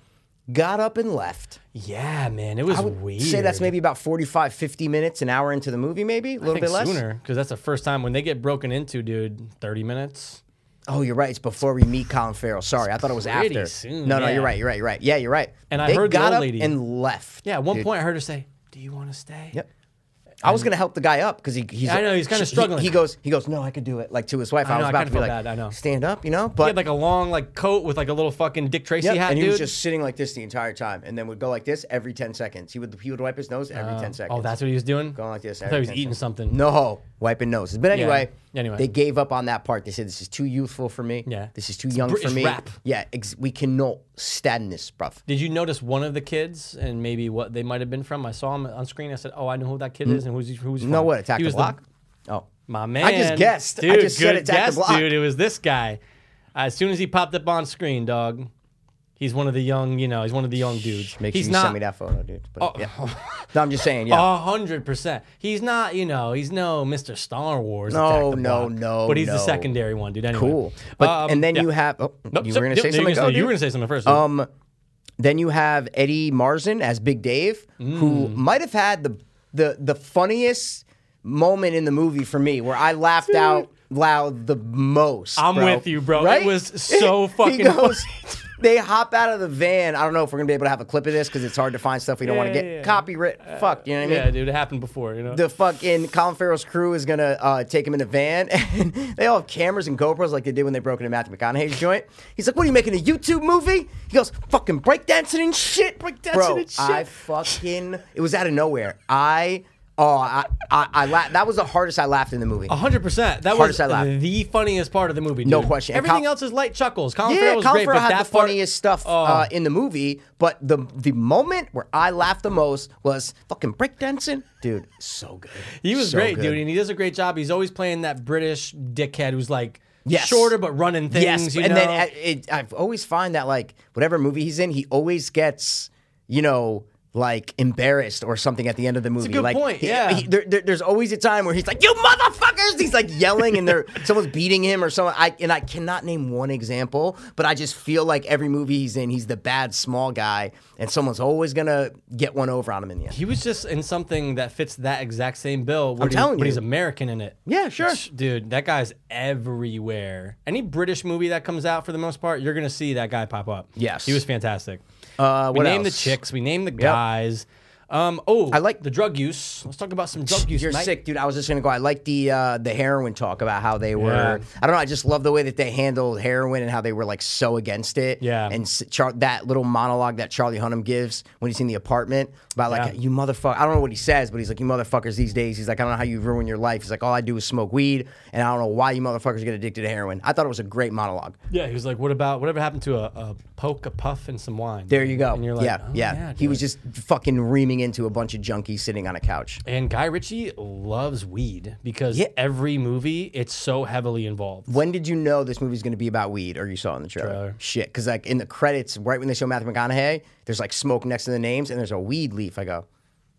got up and left. yeah, man, it was weird. Say that's maybe about 45 50 minutes, an hour into the movie maybe, a little bit less. sooner because that's the first time when they get broken into, dude. Thirty minutes. Oh, you're right. It's before we meet Colin Farrell. Sorry, I thought it was pretty after. soon, no, no, yeah. you're right. You're right. You're right. Yeah, you're right. And I they heard the got old up lady- and left. Yeah, at one dude. point I heard her say, "Do you want to stay?" Yep. I was gonna help the guy up because he, he's. I know, he's kinda he- struggling. He, goes. He goes. No, I could do it. Like to his wife. I, know, was I about kinda to be like, felt bad, I know. Stand up, you know. He But had like a long like coat with like a little fucking Dick Tracy Yep, hat, and he dude. was just sitting like this the entire time, and then would go like this every ten seconds. He would he would wipe his nose every ten seconds. oh, that's what he was doing. going like this. I thought he every was 10 eating seconds. something. No, wiping noses. But anyway, Anyway. they gave up on that part. They said this is too youthful for me. Yeah. this is too young British for me. rap. Yeah, ex- we cannot stand this, bruv. Did you notice one of the kids and maybe what they might have been from? I saw him on screen. I said, "Oh, I know who that kid is and who's he- who's he Mm. No, from." what attack He the was block? oh, My man. guessed. I Dude, just said good attack the guess, block. dude. It was this guy. As soon as he popped up on screen, dog, he's one of the young, you know, he's one of the young dudes. make sure he's you not Oh. send me that photo, dude. But, yeah. no, I'm just saying. Yeah, A hundred percent. He's not, you know, he's no Mr. Star Wars. No, Attack the no, Block, no, But he's the no. secondary one, dude. Anyway. cool. But Um, and then yeah. you have. Oh, Nope, you so- were gonna no, say no, you something. can Oh, say- you dude. were gonna say something first. dude. Um, then you have Eddie Marzen as Big Dave, who Hmm. might have had the the the funniest moment in the movie for me, where I laughed out loud the most. I'm with you, bro. It Right? was so He fucking goes- They hop out of the van. I don't know if we're gonna be able to have a clip of this because it's hard to find stuff we don't want Yeah, to get yeah, yeah. copyright. Fuck, you know what I mean? yeah, dude, it happened before, you know. the fucking Colin Farrell's crew is gonna uh, take him in a van, and they all have cameras and GoPros like they did when they broke into Matthew McConaughey's joint. He's like, "What are you making a YouTube movie?" He goes, "Fucking breakdancing and shit, breakdancing Bro, and shit." I fucking it was out of nowhere. I oh I I, I la- that was the hardest I laughed in the movie. A hundred percent. That Hardest was I laughed. the funniest part of the movie. Dude. No question. And Everything Col- else is light chuckles. Colin yeah, Farrell was Colin great, Farrell had but that the part- oh. funniest stuff uh, in the movie, but the the moment where I laughed the most was fucking breakdancing, dude. So good. He was So great, good. dude, and he does a great job. He's always playing that British dickhead who's like Yes. shorter but running things. Yes, you and know? then I- it, I've always find that like whatever movie he's in, he always gets you know like embarrassed or something at the end of the movie. good like, point, he- yeah. he- there, there- there's always a time where he's like, "You motherfuckers!" He's like yelling, and they're someone's beating him or someone. I and I cannot name one example, but I just feel like every movie he's in, he's the bad small guy, and someone's always gonna get one over on him in the end. He was just in something that fits that exact same bill. Where I'm he- telling but he's you. American in it. Yeah, sure. Sh- Dude, that guy's everywhere. Any British movie that comes out for the most part, you're gonna see that guy pop up. Yes. he was fantastic. Uh, we what named else? the chicks. We named the guys. Um, oh, I like- the drug use. Let's talk about some drug use. You're Mike. sick, dude. I was just gonna go. I like the uh, the heroin talk about how they were. Yeah. I don't know. I just love the way that they handled heroin and how they were like so against it. Yeah. And s- Char- that little monologue that Charlie Hunnam gives when he's in the apartment about like Yeah. you motherfucker. I don't know what he says, but he's like you motherfuckers these days. He's like I don't know how you ruin your life. He's like all I do is smoke weed, and I don't know why you motherfuckers get addicted to heroin. I thought it was a great monologue. Yeah, he was like, "What about whatever happened to a, a poke, a puff, and some wine?" There you go. And you're like, yeah, "Oh, yeah. he dude." was just fucking reaming into a bunch of junkies sitting on a couch. And Guy Ritchie loves weed because every movie it's so heavily involved. When did you know this movie's going to be about weed, or you saw it in the trailer? Trailer. Shit, because like in the credits, right when they show Matthew McConaughey, there's like smoke next to the names, and there's a weed leaf. I go,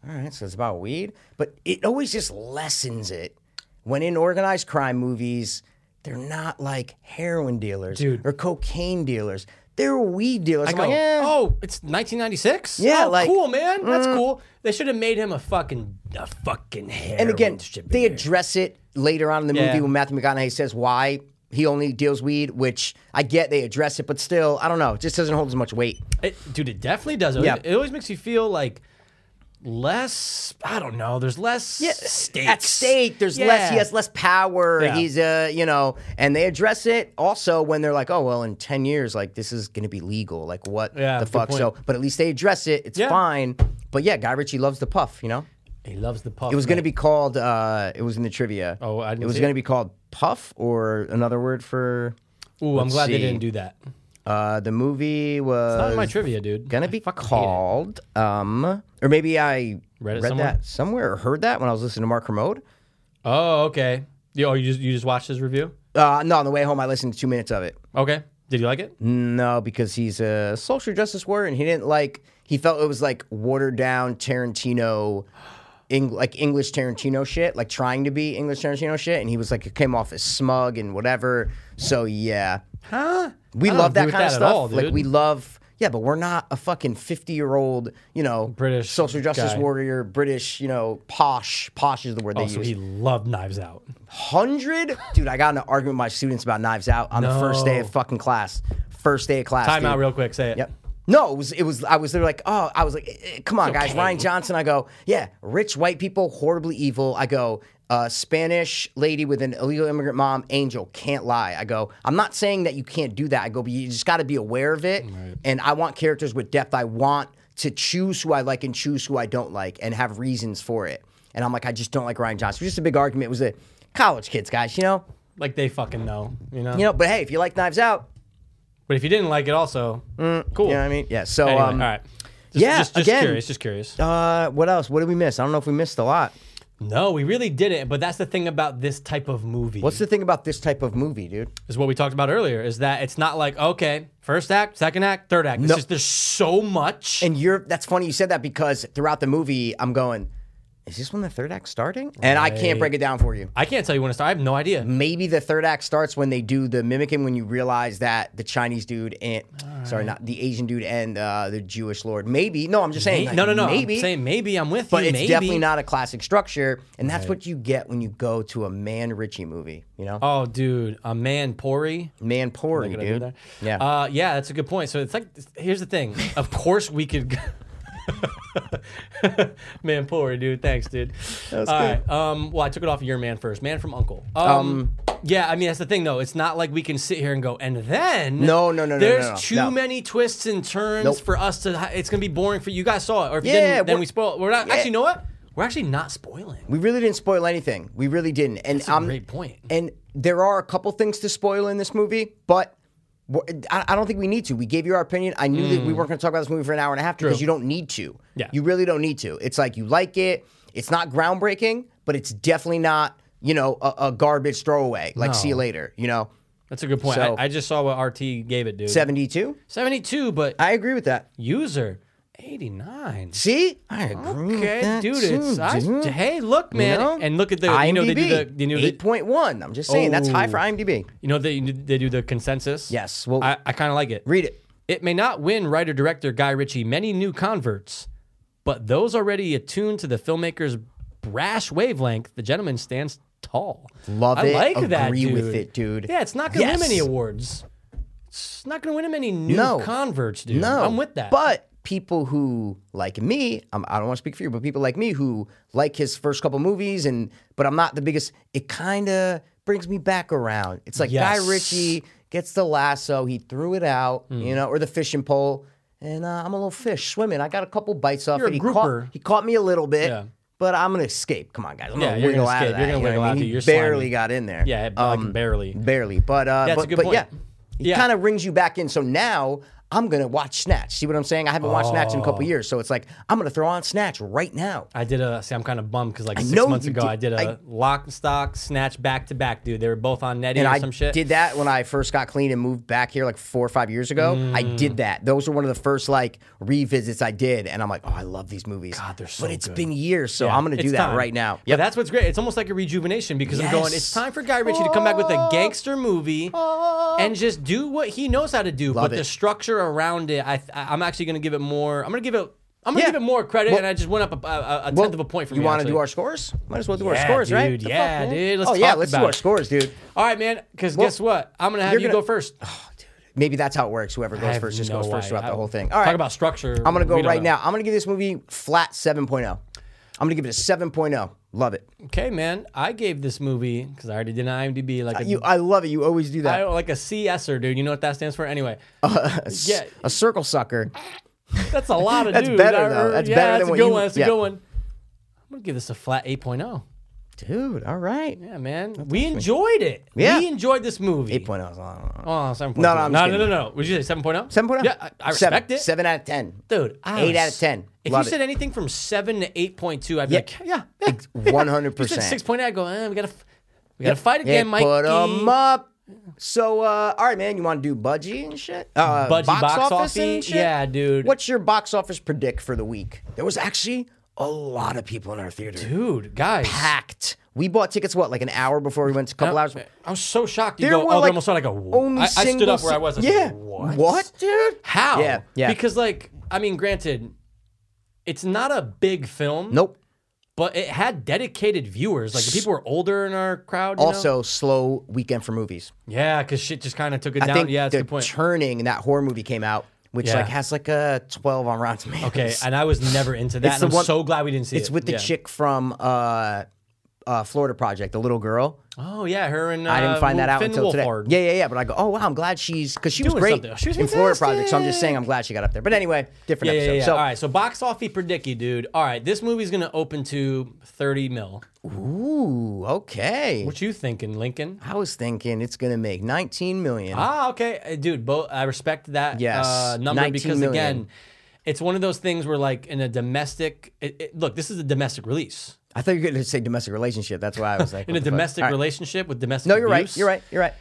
all right, so it's about weed, but it always just lessens it. When in organized crime movies, they're not like heroin dealers Dude. or cocaine dealers; they're weed dealers. I am Go, like, eh, Oh, it's 1996. Yeah, oh, like- mm. cool, man. That's cool. They should have made him a fucking a fucking hair. and again, they address it later on in the Yeah. movie when Matthew McConaughey says why he only deals weed, which I get they address it, but still, I don't know, it just doesn't hold as much weight. It, dude, it definitely does. It, Yeah. it always makes you feel like less. I don't know. There's less stakes At stake, there's less. He Yeah. has less power. Yeah. He's uh, you know, and they address it also when they're like, oh well, in ten years, like this is going to be legal. Like what Yeah, the good fuck? point. So, but at least they address it. It's Yeah. fine. But yeah, Guy Ritchie loves the puff. You know, He loves the puff. it was going to be called. uh It was in the trivia. Oh, I didn't it was see going to be called puff or another word for. Ooh, I'm Let's glad they see. didn't do that. Uh, the movie Not in my was trivia, dude. gonna I be fucking hate it. called, um, or maybe I Read it somewhere? that somewhere or heard that when I was listening to Mark Kermode. Oh, okay. You, oh, you just you just watched his review. Uh, no, on the way home, I listened to two minutes of it. Okay. Did you like it? Mm. No, because he's a social justice warrior, and he didn't like. He felt it was like watered down Tarantino, Eng, like English Tarantino shit, like trying to be English Tarantino shit, and he was like it came off as smug and whatever. So yeah, Huh? we I don't love that agree with kind of that at stuff. all, like dude. we love. Yeah, but we're not a fucking fifty-year-old, you know, British social justice guy. Oh, warrior, British, you know, posh. Posh is the word they So use. he loved Knives Out. Hundred, dude. I got in an argument with my students about Knives Out on the first day of fucking class. First day of class. Time dude. out real quick. Say it. Yep. No, it was it was I was there like, oh, I was like, eh, eh, come on, guys, Ryan Johnson. I go, yeah, rich white people, horribly evil. I go, uh, Spanish lady with an illegal immigrant mom, angel, can't lie. I go, I'm not saying that you can't do that. I go, but you just got to be aware of it. And I want characters with depth. I want to choose who I like and choose who I don't like and have reasons for it. And I'm like, I just don't like Ryan Johnson. It was just a big argument. It was a college kids, guys, you know, Like they fucking know, you know. you know. But hey, if you like Knives Out, But if you didn't like it, also cool. you know what I mean? Mm, Yeah. So Anyway, um, all right. Just, yeah, Just, just again- curious. Just curious. Uh, what else? What did we miss? I don't know if we missed a lot. No, we really didn't. But that's the thing about this type of movie. What's the thing about this type of movie, dude? is what we talked about earlier. Is that it's not like okay, first act, second act, third act. It's just there's so much. And you're that's funny you said that because throughout the movie I'm going, is this when the third act's starting? And I can't break it down for you. I can't tell you when to start. I have no idea. Maybe the third act starts when they do the mimicking when you realize that the Chinese dude and sorry, not the Asian dude and uh, the Jewish lord. Maybe no, I'm just saying. like, no, no, no. Maybe I'm saying maybe I'm with but you. it's maybe. definitely not a classic structure, and that's what you get when you go to a Man Ritchie movie. You know, Oh, dude, a man, Pori. Man Pori, Did I do dude. that? Yeah. Uh, yeah, that's a good point. So it's like, here's the thing. Of course, we could. go- man, poor dude. Thanks, dude. All right. Um, well, I took it off of your man first. Man from Uncle. Um, Yeah, I mean that's the thing though. It's not like we can sit here and go, and then No, no, no, no, There's no, no, too no. many twists and turns Nope. for us to. hi- It's gonna be boring for you guys. Saw it, or if you Yeah, didn't, then we're- we spoil. We're not yeah. actually. You know what? We're actually not spoiling. We really didn't spoil anything. We really didn't. And That's a I'm- great point. And there are a couple things to spoil in this movie, but we're- I I don't think we need to. We gave you our opinion. I knew that we weren't going to talk about this movie for an hour and a half because you don't need to. Mm. Yeah. You really don't need to. It's like you like it. It's not groundbreaking, but it's definitely not, you know, a, a garbage throwaway. Like, see you No. later, you know? That's a good point. So- I, I just saw what RT gave it, dude. 72? 72, but I agree with that. user 89. See, I agree. with Okay, that dude, too, it's I, dude. hey, look, man, You know? and look at the IMDb, you know they do the you know eight they, point one. I'm just saying that's high for Oh. IMDb. you know they, they do the consensus. Yes, well- I, I kind of like it. Read it. It may not win writer director Guy Ritchie many new converts, but those already attuned to the filmmaker's brash wavelength, the gentleman stands tall. Love I it. like that. Agree dude. with it, dude. Yeah, it's not gonna Yes. win any awards. It's not gonna win him any new No. converts, dude. No, I'm with that. But people who like me, I'm, I don't want to speak for you, but people like me who like his first couple movies, and but I'm not the biggest. It kind of brings me back around. It's like Yes. Mm. Guy Ritchie gets the lasso, he threw it out, you know, or the fishing pole, and uh, I'm a little fish swimming. I got a couple bites off. You're a it. he grouper. Caught, he caught me a little bit. Yeah. But I'm gonna escape. Come on, guys. I'm Yeah, gonna you're gonna wiggle out of escape. that. You're gonna you know wiggle what I out mean? of it. You're He barely slimy. got in there. yeah, like um, barely. Barely, but uh, That's but, a good but point. yeah, he Yeah. kind of rings you back in. So now I'm gonna watch Snatch. See what I'm saying? I haven't watched Snatch in a Oh. couple years, so it's like I'm gonna throw on Snatch right now. I did a. See, I'm kind of bummed because like know six months you ago, did- I did a I- lock and stock snatch back to back, dude. They were both on Netty And or I some shit. did that when I first got clean and moved back here like four or five years ago. I Mm. did that. Those were one of the first like revisits I did, and I'm like, oh, I love these movies. God, they're so but it's good. been years, so Yeah, I'm gonna do it's that time. right now. But that's what's great. It's almost like a rejuvenation because I'm going. Yes. It's time for Guy Ritchie to come back with Oh. a gangster movie and just do what he knows how to do. but it. the structure around it, I, I I'm actually gonna give it more. I'm gonna give it. I'm gonna Yeah. give it more credit, and I just went up a, a, a tenth of a point from You want wanna to do our scores? Might as well do our Yeah, scores, right? dude. The Yeah, man? dude. Let's oh yeah, talk let's about do our it. scores, dude. All right, man. Because guess what? I'm gonna have you're you gonna- go first. Maybe that's how it works. Whoever I goes have first just no goes first idea. throughout the I- whole thing. All right. Talk about structure. I'm going to go We don't right know. now. I'm going to give this movie flat 7.0. I'm going to give it a 7.0. Love it. Okay, man. I gave this movie because I already did an IMDb like a You, I love it. You always do I that. don't like a CSer, dude. You know what that stands for? Anyway, A Uh, s- yeah. A circle sucker. that's a lot of That's dudes. better, I- though. That's yeah, better than that's what a good you- one. That's yeah. a good one. I'm gonna give this a flat 8.0. Dude, all right. Yeah, man. we enjoyed it. Yeah. We enjoyed this movie. 8.0 is a lot. Oh, 7.0. No, no, I'm just no, no, no, no. Would you say 7.0? 7.0? Yeah, I, I Seven. respect it. 7 out of 10. Dude, I 8 out res- of 10. If Love you it. said anything from 7 to 8.2, I'd be Yeah. like, yeah, yeah. yeah. 100%. You said 6.8, I'd go, eh, we gotta, f- we gotta fight Yeah, again, Mike. put them up. So, uh, all right, man, you want to do budgie and shit? Uh, Budgie box, box office and office-y? shit? Yeah, dude. What's your box office predict for the week? There was actually a lot of people in our theater. Dude, guys. Packed. We bought tickets, what, like an hour before we went? A Uh, couple hours? Oh, I was so shocked. You There were go, oh, like they're almost on. I go, whoa. only I, I stood single up where I se- was. I yeah. said, what? What, dude? How? Yeah, yeah. Because like, I mean, granted, it's not a big film. Nope. But it had dedicated viewers. Like the people were older in our crowd. you know? Also, slow weekend for movies. yeah, because shit just kind of took it I down. think yeah, that's a the good point. Turning that horror movie came out, which Yeah. like has like a twelve on Rotten Tomatoes. okay, and I was never into that. It's And the I'm one- so glad we didn't see it's it. with the Yeah. chick from uh, uh, Florida Project, the little girl. Oh yeah, her and uh, I didn't find that out Finn until today. Wolfhard. Yeah, yeah, yeah. But I go, oh wow, I'm glad she's because she was Doing great something. She was in Florida Project. So I'm just saying, I'm glad she got up there. But anyway, different Yeah, yeah, episode. yeah. So All right, so box office predicky, dude. All right, this movie's gonna open to thirty mil. ooh, okay. What you thinking, Lincoln? I was thinking it's gonna make 19 million. Ah, okay, Uh, dude. Bo- I respect that Yes. uh, number 19 because million. again, it's one of those things where like in a domestic. It, it- look, this is a domestic release I thought you were gonna say domestic relationship. That's why I was like in what a the fuck? domestic All right. relationship with domestic. No, you're right. abuse. You're right. You're right.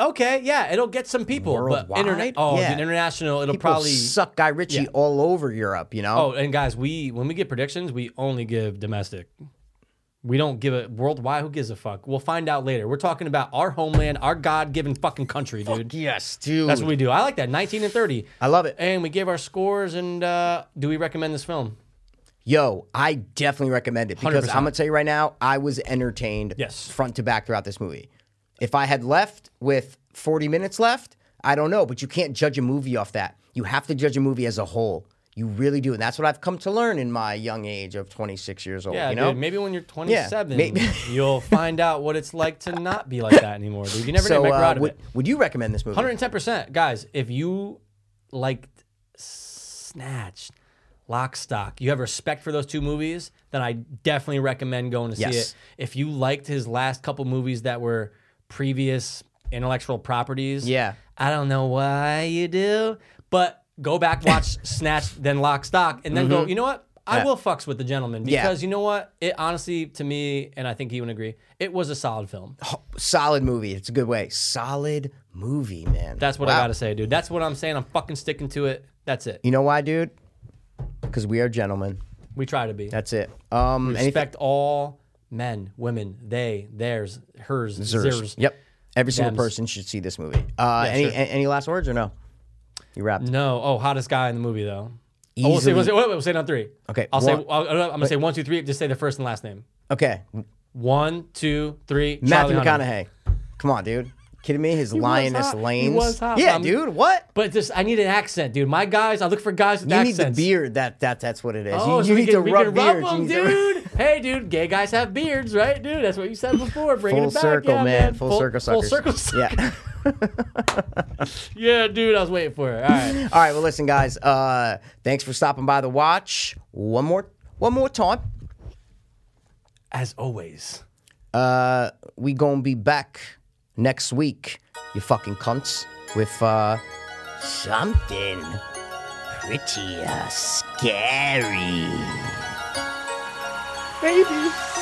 Okay, yeah, it'll get some people, but Worldwide? interna- oh, Yeah. dude, international, it'll People probably. suck Guy Ritchie all over Europe. You know. Oh, and guys, we when we get predictions, we only give domestic. We don't give a worldwide. Who gives a fuck? We'll find out later. We're talking about our homeland, our God-given fucking country, dude. yes, dude. That's what we do. I like that. 19 and 30. I love it. and we gave our scores and uh, do we recommend this film Yo, I definitely recommend it because i 100%. am gonna tell you right now, I was entertained Yes. front to back throughout this movie. If I had left with 40 minutes left, I don't know, but you can't judge a movie off that. You have to judge a movie as a whole. You really do, and that's what I've come to learn in my young age of 26 years old. yeah you know, dude, maybe when you're 27 maybe. you'll find out what it's like to not be like that anymore dude you never so get back uh, out of would, it would you recommend this movie? 110% guys if you liked snatched lock stock you have respect for those two movies then i definitely recommend going to see Yes. it if you liked his last couple movies that were previous intellectual properties Yeah. i don't know why you do but go back watch snatch then lock stock and then go you know what i will fucks with the gentleman Mm-hmm. Yeah. because you know what it honestly to me and i think he would agree it was a solid film Solid movie. It's a good way. Solid movie, man. That's what I Wow. gotta say, dude. That's what I'm saying. I'm fucking sticking to it. That's it. You know why, dude? because we are gentlemen. We try to be. That's it. Um, anything? Respect all men, women, they, theirs, hers, Zers. zers. Yep. Every single Dems. person should see this movie. Uh, any sure. a- any last words or no? You wrapped. No. Oh, hottest guy in the movie though. Oh, we'll say, we'll say, wait, wait, we'll say it on three. Okay, I'll say. one- I'll, I'm gonna say one, two, three. Just say the first and last name. Okay. One, two, three. Matthew Charlie Hunnam. McConaughey. Come on, dude. Kidding me? His lioness hot. He lanes. was hot. Um, Yeah, I'm- dude. What? But just I need an accent, dude. My guys, I look for guys with You accents. need the beard. That that that's what it is. Oh, you so you we need can, to we rub can beards. Rub You need them, to- dude. hey, dude. Gay guys have beards, right, dude? That's what you said before. Bringing Full it back, circle, yeah, man. Full, circle, Full suckers. circle, suckers. Yeah. Yeah, dude. I was waiting for it. All right. All right. Well, listen, guys. Uh, thanks for stopping by the watch. One more, one more time. As always. Uh, we gonna be back next week. You fucking cunts with uh, something pretty uh, scary. Babies.